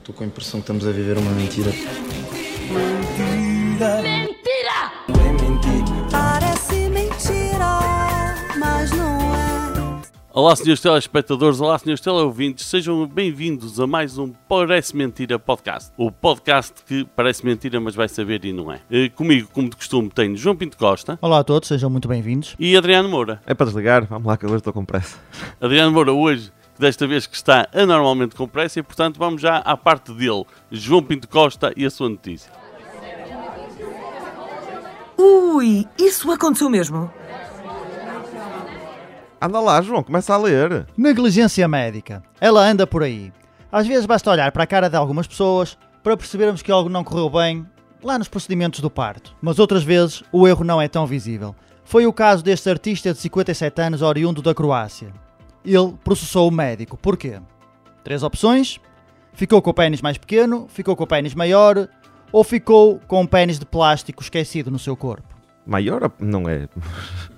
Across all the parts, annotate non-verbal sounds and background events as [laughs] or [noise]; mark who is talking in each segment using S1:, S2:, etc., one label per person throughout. S1: Estou com a impressão que estamos a viver uma mentira.
S2: Mentira!
S3: Parece mentira, mas não é.
S4: Olá, senhores telespectadores, olá, senhores teleouvintes, sejam bem-vindos a mais um Parece Mentira Podcast. O podcast que parece mentira, mas vai saber e não é. Eh, Comigo, como de costume, tenho João Pinto Costa
S5: Olá a todos, sejam muito bem-vindos.
S4: e Adriano Moura.
S6: É para desligar, vamos lá que hoje estou com pressa.
S4: Adriano Moura, hoje, desta vez que está anormalmente com pressa, e portanto vamos já à parte dele, João Pinto Costa e a sua notícia.
S7: Ui, isso aconteceu mesmo?
S6: Anda lá, João, começa a ler.
S5: Negligência médica. Ela anda por aí. Às vezes basta olhar para a cara de algumas pessoas para percebermos que algo não correu bem lá nos procedimentos do parto. Mas outras vezes o erro não é tão visível. Foi o caso deste artista de 57 anos oriundo da Croácia. Ele processou o médico. Porquê? Três opções: ficou com o pênis mais pequeno, ficou com o pênis maior ou ficou com um pênis de plástico esquecido no seu corpo.
S6: Maior ou- não é?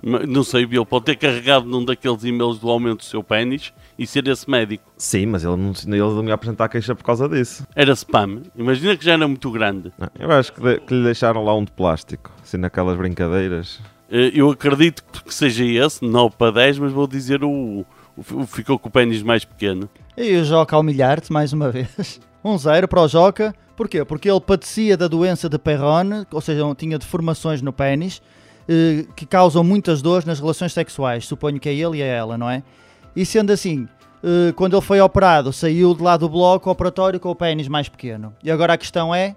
S4: Ma- Não sei, ele pode ter carregado num daqueles e-mails do aumento do seu pênis e ser esse médico.
S6: Sim, mas ele não, ele é não ia apresentar queixa por causa disso.
S4: Era spam. Imagina que já era muito grande.
S6: Não, Eu acho que, de- que lhe deixaram lá um de plástico, assim naquelas brincadeiras.
S4: Eh, Eu acredito que seja esse, 9 para 10, mas vou dizer o, o fi- o ficou com o pênis mais pequeno.
S5: E o Joca a humilhar-te mais uma vez. [laughs] 1-0 para o Joca. Porquê? Porque ele padecia da doença de Perron, ou seja, tinha deformações no pênis, eh, que causam muitas dores nas relações sexuais. Suponho que é ele e é ela, não é? E sendo assim, eh, quando ele foi operado, saiu de lá do bloco operatório com o pênis mais pequeno. E agora a questão é,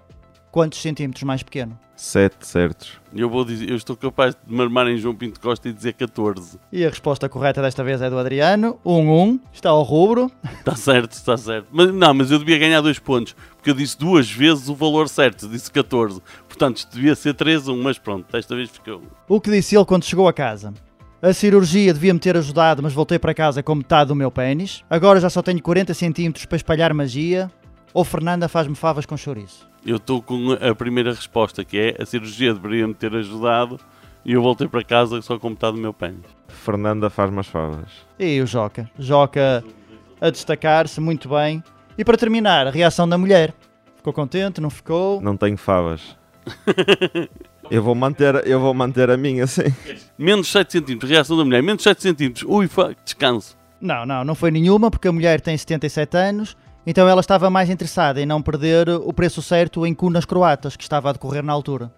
S5: quantos centímetros mais pequeno?
S6: Sete certos.
S4: Eu vou dizer, eu estou capaz de me armar em João Pinto Costa e dizer 14.
S5: E a resposta correta desta vez é do Adriano. 1-1. Está ao rubro.
S4: Está certo, está certo. Mas, não, mas eu devia ganhar dois pontos, porque eu disse duas vezes o valor certo, disse 14. Portanto, isto devia ser 13, um, mas pronto, desta vez ficou.
S5: O que disse ele quando chegou a casa? A cirurgia devia me ter ajudado, mas voltei para casa com metade do meu pênis. Agora já só tenho 40 centímetros para espalhar magia. Ou Fernanda faz-me favas com chouriço.
S4: Eu estou com a primeira resposta, que é a cirurgia deveria-me ter ajudado e eu voltei para casa só com metade do meu pênis.
S6: Fernanda faz umas favas.
S5: E o Joca? Joca a destacar-se muito bem. E para terminar, a reação da mulher. Ficou contente? Não ficou?
S6: Não tenho favas. Eu vou manter, eu vou manter a minha, sim.
S4: Menos 7 centímetros, reação da mulher, menos 7 centímetros. Ui, fa- descanso.
S5: Não, não, não foi nenhuma, porque a mulher tem 77 anos. Então ela estava mais interessada em não perder o preço certo em cunas croatas que estava a decorrer na altura.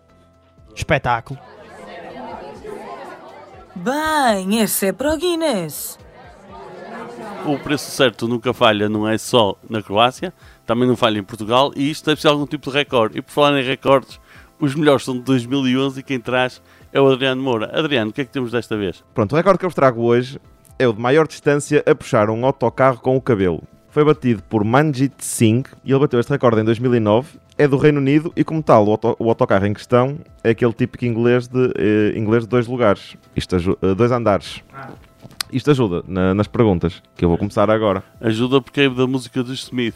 S5: Espetáculo.
S7: Bem, esse é para o Guinness.
S4: O preço certo nunca falha, não é só na Croácia, também não falha em Portugal e isto deve ser algum tipo de recorde. E por falar em recordes, os melhores são de 2011 e quem traz é o Adriano Moura. Adriano, o que é que temos desta vez?
S6: Pronto, o recorde que eu vos trago hoje é o de maior distância a puxar um autocarro com o cabelo. Foi batido por Manjit Singh e ele bateu este recorde em 2009. É do Reino Unido e, como tal, o, auto- o autocarro em questão é aquele típico inglês de, eh, inglês de dois lugares. Isto aju- eh, dois andares. Isto ajuda na- nas perguntas, que eu vou começar agora.
S4: Ajuda porque é da música dos Smith.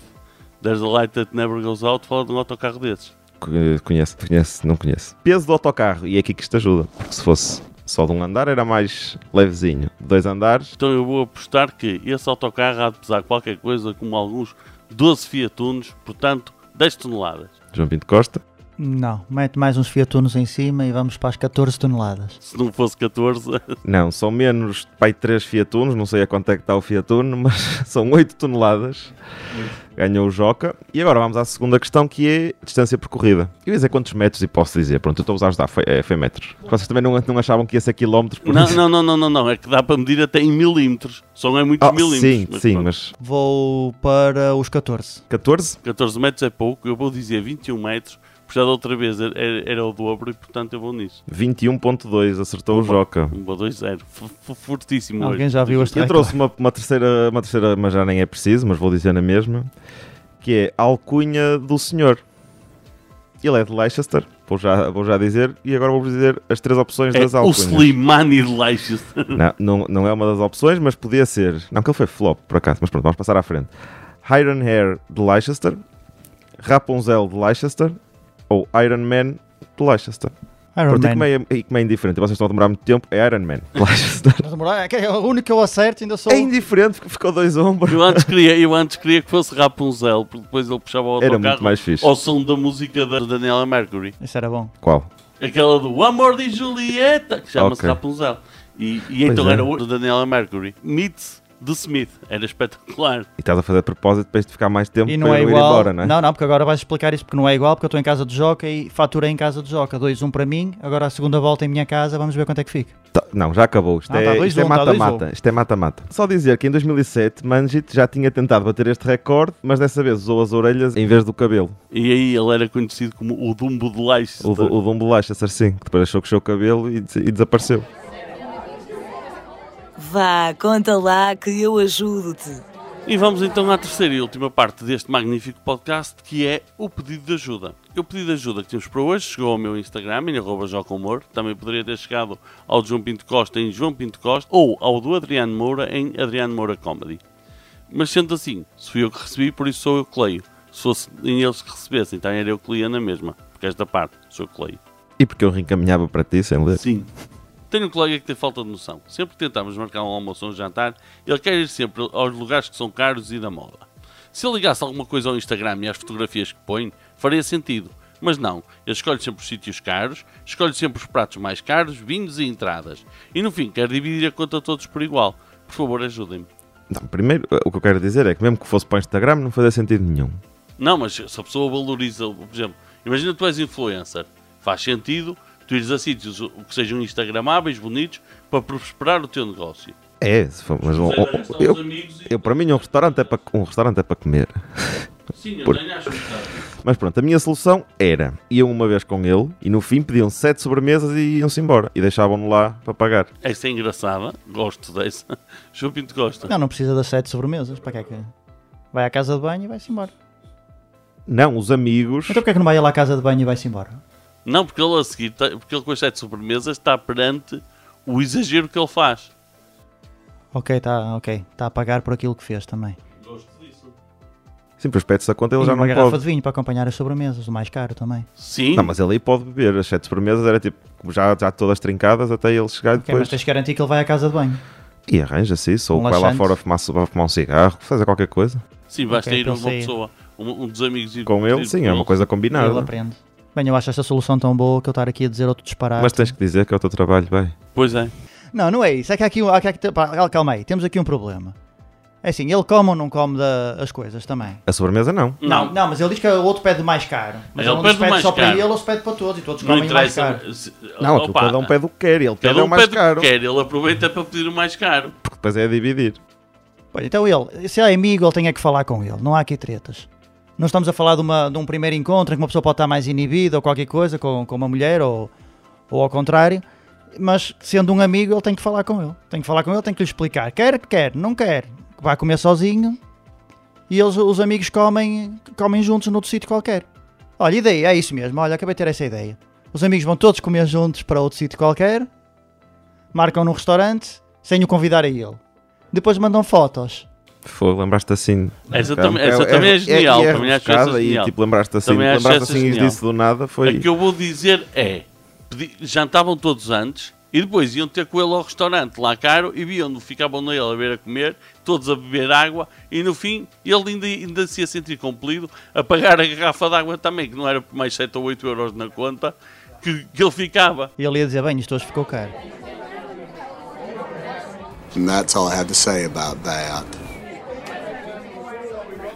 S4: There's a light that never goes out, fala de um autocarro desses.
S6: Co- eh, Conhece, conhece, não conhece. Peso do autocarro, e é aqui que isto ajuda. Porque se fosse só de um andar era mais levezinho. Dois andares,
S4: Então eu vou apostar que esse autocarro há de pesar qualquer coisa como alguns 12 Fiat Unos, portanto 10 toneladas.
S6: João Pinto Costa.
S5: Não, mete mais uns fiatunos em cima e vamos para as 14 toneladas.
S4: Se não fosse 14,
S6: Não, são menos pai 3 Fiat Unos, não sei a quanto é que está o Fiat Uno, [laughs] mas são 8 toneladas. Ganhou o Joca. E agora vamos à segunda questão que é distância percorrida. Eu ia dizer quantos metros e posso dizer. Pronto, eu estou a usar ajudar, foi, é, foi metros. Vocês também não, não achavam que ia ser quilómetros
S4: [laughs]
S6: por
S4: não,
S6: isso?
S4: não, não, não, não, não, é que dá para medir até em milímetros, só não é muito
S6: Ah,
S4: milímetros.
S6: sim, sim,
S4: pronto.
S6: mas
S5: Vou para os 14.
S6: 14?
S4: 14 metros é pouco, eu vou dizer 21 metros, porque já da outra vez era, era- era o dobro e portanto eu vou nisso.
S6: 21.2, acertou o Joca.
S4: 1 para 2, 0. Fortíssimo
S5: Alguém
S4: hoje.
S5: já viu este
S6: Eu trouxe uma, uma terceira, uma terceira, mas já nem é preciso, mas vou dizer na mesma, que é Alcunha do Senhor. Ele é de Leicester, vou já, vou já dizer, e agora vou-vos dizer as três opções das
S4: É o
S6: alcunhas.
S4: Slimani de Leicester.
S6: Não, não, não é uma das opções, mas podia ser. Não, que ele foi flop, por acaso, mas pronto, vamos passar à frente. Iron Hair de Leicester, Rapunzel de Leicester, ou Iron Man de Leicester.
S5: Iron
S6: Para ti,
S5: Man.
S6: como é, e como é indiferente, vocês estão a demorar muito tempo, é Iron Man.
S5: [laughs] Mas demora- é que é o único que eu acerto, ainda sou.
S6: é indiferente, porque ficou dois ombros.
S4: Eu antes, queria, eu antes queria que fosse Rapunzel, porque depois ele puxava o
S6: Era
S4: autocarro
S6: muito mais fixe.
S4: ao som da música da Daniela Mercury.
S5: Isso era bom.
S6: Qual?
S4: Aquela do Amor de Julieta, que chama-se
S6: Ok.
S4: Rapunzel. E, e então
S6: é.
S4: era o da Daniela Mercury. Meets de Smith. Era espetacular.
S6: E estás a fazer de propósito depois de ficar mais tempo
S5: E
S6: para
S5: não é
S6: eu
S5: igual.
S6: ir embora, não é?
S5: Não, porque agora vais explicar isso porque não é igual, porque eu estou em casa de Joca e fatura em casa de Joca. 2-1 um para mim, agora a segunda volta em minha casa, vamos ver quanto é que fica.
S6: Tá- Não, já acabou. Isto
S5: Ah, tá,
S6: é
S5: dois
S6: isto é
S5: um, tá, dois
S6: mata-mata. Isto é mata-mata. Só dizer que em 2007 Manjit já tinha tentado bater este recorde, mas dessa vez usou as orelhas em vez do cabelo.
S4: E aí ele era conhecido como o Dumbo de Leicester.
S6: O, o Dumbo Lacha, assim, que depois achou que o cabelo e, des- e desapareceu.
S7: Vá, conta lá que eu ajudo-te.
S4: E vamos então à terceira e última parte deste magnífico podcast, que é o pedido de ajuda. E O pedido de ajuda que temos para hoje chegou ao meu Instagram, em arroba jocomor. Também poderia ter chegado ao de João Pinto Costa, em João Pinto Costa, ou ao do Adriano Moura, em Adriano Moura Comedy. Mas sendo assim, se fui eu que recebi, por isso sou eu que leio. Se fosse em eles que recebessem, então era eu que lia na mesma. Porque esta parte sou eu que leio.
S6: E porque eu reencaminhava para ti sem ler.
S4: Sim. Tenho um colega que tem falta de noção. Sempre que tentamos marcar um almoço ou um jantar, ele quer ir sempre aos lugares que são caros e da moda. Se ele ligasse alguma coisa ao Instagram e às fotografias que põe, faria sentido. Mas não, ele escolhe sempre os sítios caros, escolhe sempre os pratos mais caros, vinhos e entradas. E no fim, quer dividir a conta a todos por igual. Por favor, ajudem-me.
S6: Não, primeiro, o que eu quero dizer é que mesmo que fosse para o Instagram não fazia sentido nenhum.
S4: Não, mas se a pessoa valoriza, por exemplo, imagina que tu és influencer, faz sentido tu ires a sítios que sejam instagramáveis, bonitos, para prosperar o teu negócio.
S6: É, se for, mas um-
S4: Sei lá,
S6: um-
S4: estão
S6: eu,
S4: os amigos e-
S6: eu, para mim um restaurante é para, um restaurante é para comer.
S4: Sim, eu
S6: Por-
S4: tenho acho
S6: Mas pronto, a minha solução era: iam uma vez com ele e no fim pediam sete sobremesas e iam-se embora. E deixavam-no lá para pagar.
S4: Esta é engraçada, gosto dessa. [laughs] João Pinto gosta.
S5: Não, não precisa das sete sobremesas. Para que é que. Vai à casa de banho e vai-se embora.
S6: Não, os amigos.
S5: Então porque é que não vai ele à casa de banho e vai-se embora?
S4: Não, porque ele a seguir, tá- porque ele com as sete sobremesas está perante o exagero que ele faz.
S5: Ok, tá, ok. Está a pagar por aquilo que fez também.
S4: Gosto disso.
S6: Sim, pois pede-se a conta ele
S5: E
S6: já
S5: uma
S6: não
S5: garrafa
S6: pode.
S5: de vinho para acompanhar as sobremesas, o mais caro também.
S4: Sim,
S6: Não, mas ele aí pode beber. As sete sobremesas era tipo já, já todas trincadas até ele chegar e
S5: Ok, mas
S6: depois.
S5: tens que garantir que ele vai à casa de banho.
S6: E arranja-se isso, ou
S5: Um
S6: vai lá
S5: laxante.
S6: fora fumar, vai fumar um cigarro, fazer qualquer coisa.
S4: sim, vais
S5: Ok, então
S4: ter uma
S5: pensei.
S4: pessoa, um, um dos amigos ir
S6: Com ele, sim, é uma
S5: E
S6: coisa
S5: ele
S6: combinada.
S5: aprende. Bem, eu acho esta solução tão boa que eu estar aqui a dizer outro disparate.
S6: Mas tens que dizer que é o teu trabalho, bem.
S4: Pois é.
S5: Não, não é isso. É que há aqui um. há aqui- pá, calma aí, temos aqui um problema. É assim, ele come ou não come da- as coisas também?
S6: A sobremesa não.
S5: Não, não, mas ele diz que o outro pede mais caro. Mas
S4: Ele
S5: ele, não diz
S4: pede
S5: que pede
S4: mais
S5: só para
S4: caro.
S5: ele, ele se pede para todos e todos
S4: Não
S5: comem mais
S4: interessa.
S5: caro.
S4: se-
S6: Não, aquilo
S4: opa,
S6: cada um pede o que quer, ele pede
S4: cada
S6: o
S4: um
S6: mais
S4: pede o que
S6: caro.
S4: quer, ele aproveita para pedir o mais caro.
S6: Porque depois é dividir.
S5: Pois, Então ele, se é amigo, ele tem é que falar com ele. Não há aqui tretas. Não estamos a falar de, uma- de um primeiro encontro em que uma pessoa pode estar mais inibida ou qualquer coisa com, com uma mulher ou, ou ao contrário. Mas sendo um amigo, ele tem que falar com ele. Tem que falar com ele, tem que lhe explicar. Quer, quer, não quer. Vai comer sozinho e eles, os amigos comem, comem juntos noutro sítio qualquer. Olha, ideia, é isso mesmo. Olha, acabei de ter essa ideia. Os amigos vão todos comer juntos para outro sítio qualquer, marcam num restaurante sem o convidar a ele. Depois mandam fotos.
S6: Foi, lembraste assim.
S4: Essa
S6: Ok,
S4: também-
S6: ok,
S4: essa também é genial,
S6: e
S4: também acho
S6: rebuscada
S4: essa
S6: e,
S4: genial.
S6: tipo, lembraste assim,
S4: Também acho
S6: lembraste
S4: essa
S6: assim
S4: genial.
S6: disso do nada, foi.
S4: O É que eu vou dizer é: pedi- jantavam todos antes e depois iam ter com ele ao restaurante lá caro e viam-no, ficavam nele a ver a comer, todos a beber água e no fim ele ainda, ainda se ia sentir compelido a pagar a garrafa de água também, que não era por mais 7 ou 8 euros na conta que, que ele ficava.
S5: E ele ia dizer, bem, isto hoje ficou caro.
S2: And that's all I have to say about that.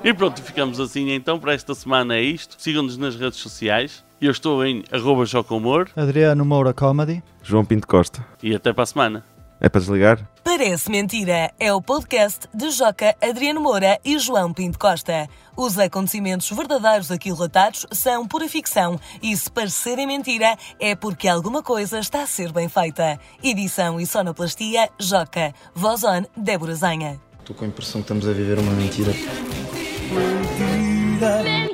S4: E pronto, ficamos assim então para esta semana é isto. Sigam-nos nas redes sociais. Eu estou em arroba Jocomor
S5: Adriano Moura Comedy.
S6: João Pinto Costa.
S4: e até para a semana.
S6: É para desligar?
S7: Parece mentira. É o podcast de Joca, Adriano Moura e João Pinto Costa. Os acontecimentos verdadeiros aqui relatados são pura ficção e se parecerem mentira é porque alguma coisa está a ser bem feita. Edição e sonoplastia Joca. Voz on Débora Zanha.
S1: Estou com a impressão que estamos a viver uma mentira.
S3: Mentira,